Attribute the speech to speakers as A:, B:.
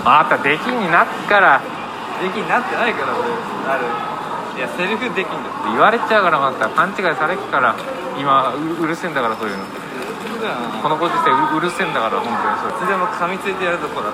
A: あなたできになっから
B: できになってないから俺あるいやセルフできんだよ
A: 言われちゃうからまた勘違いされっから今ううるせえんだからそういうの
B: そうだよな
A: このご時世ううるせえんだから本当にそう
B: いつでも噛みついてやるとこだ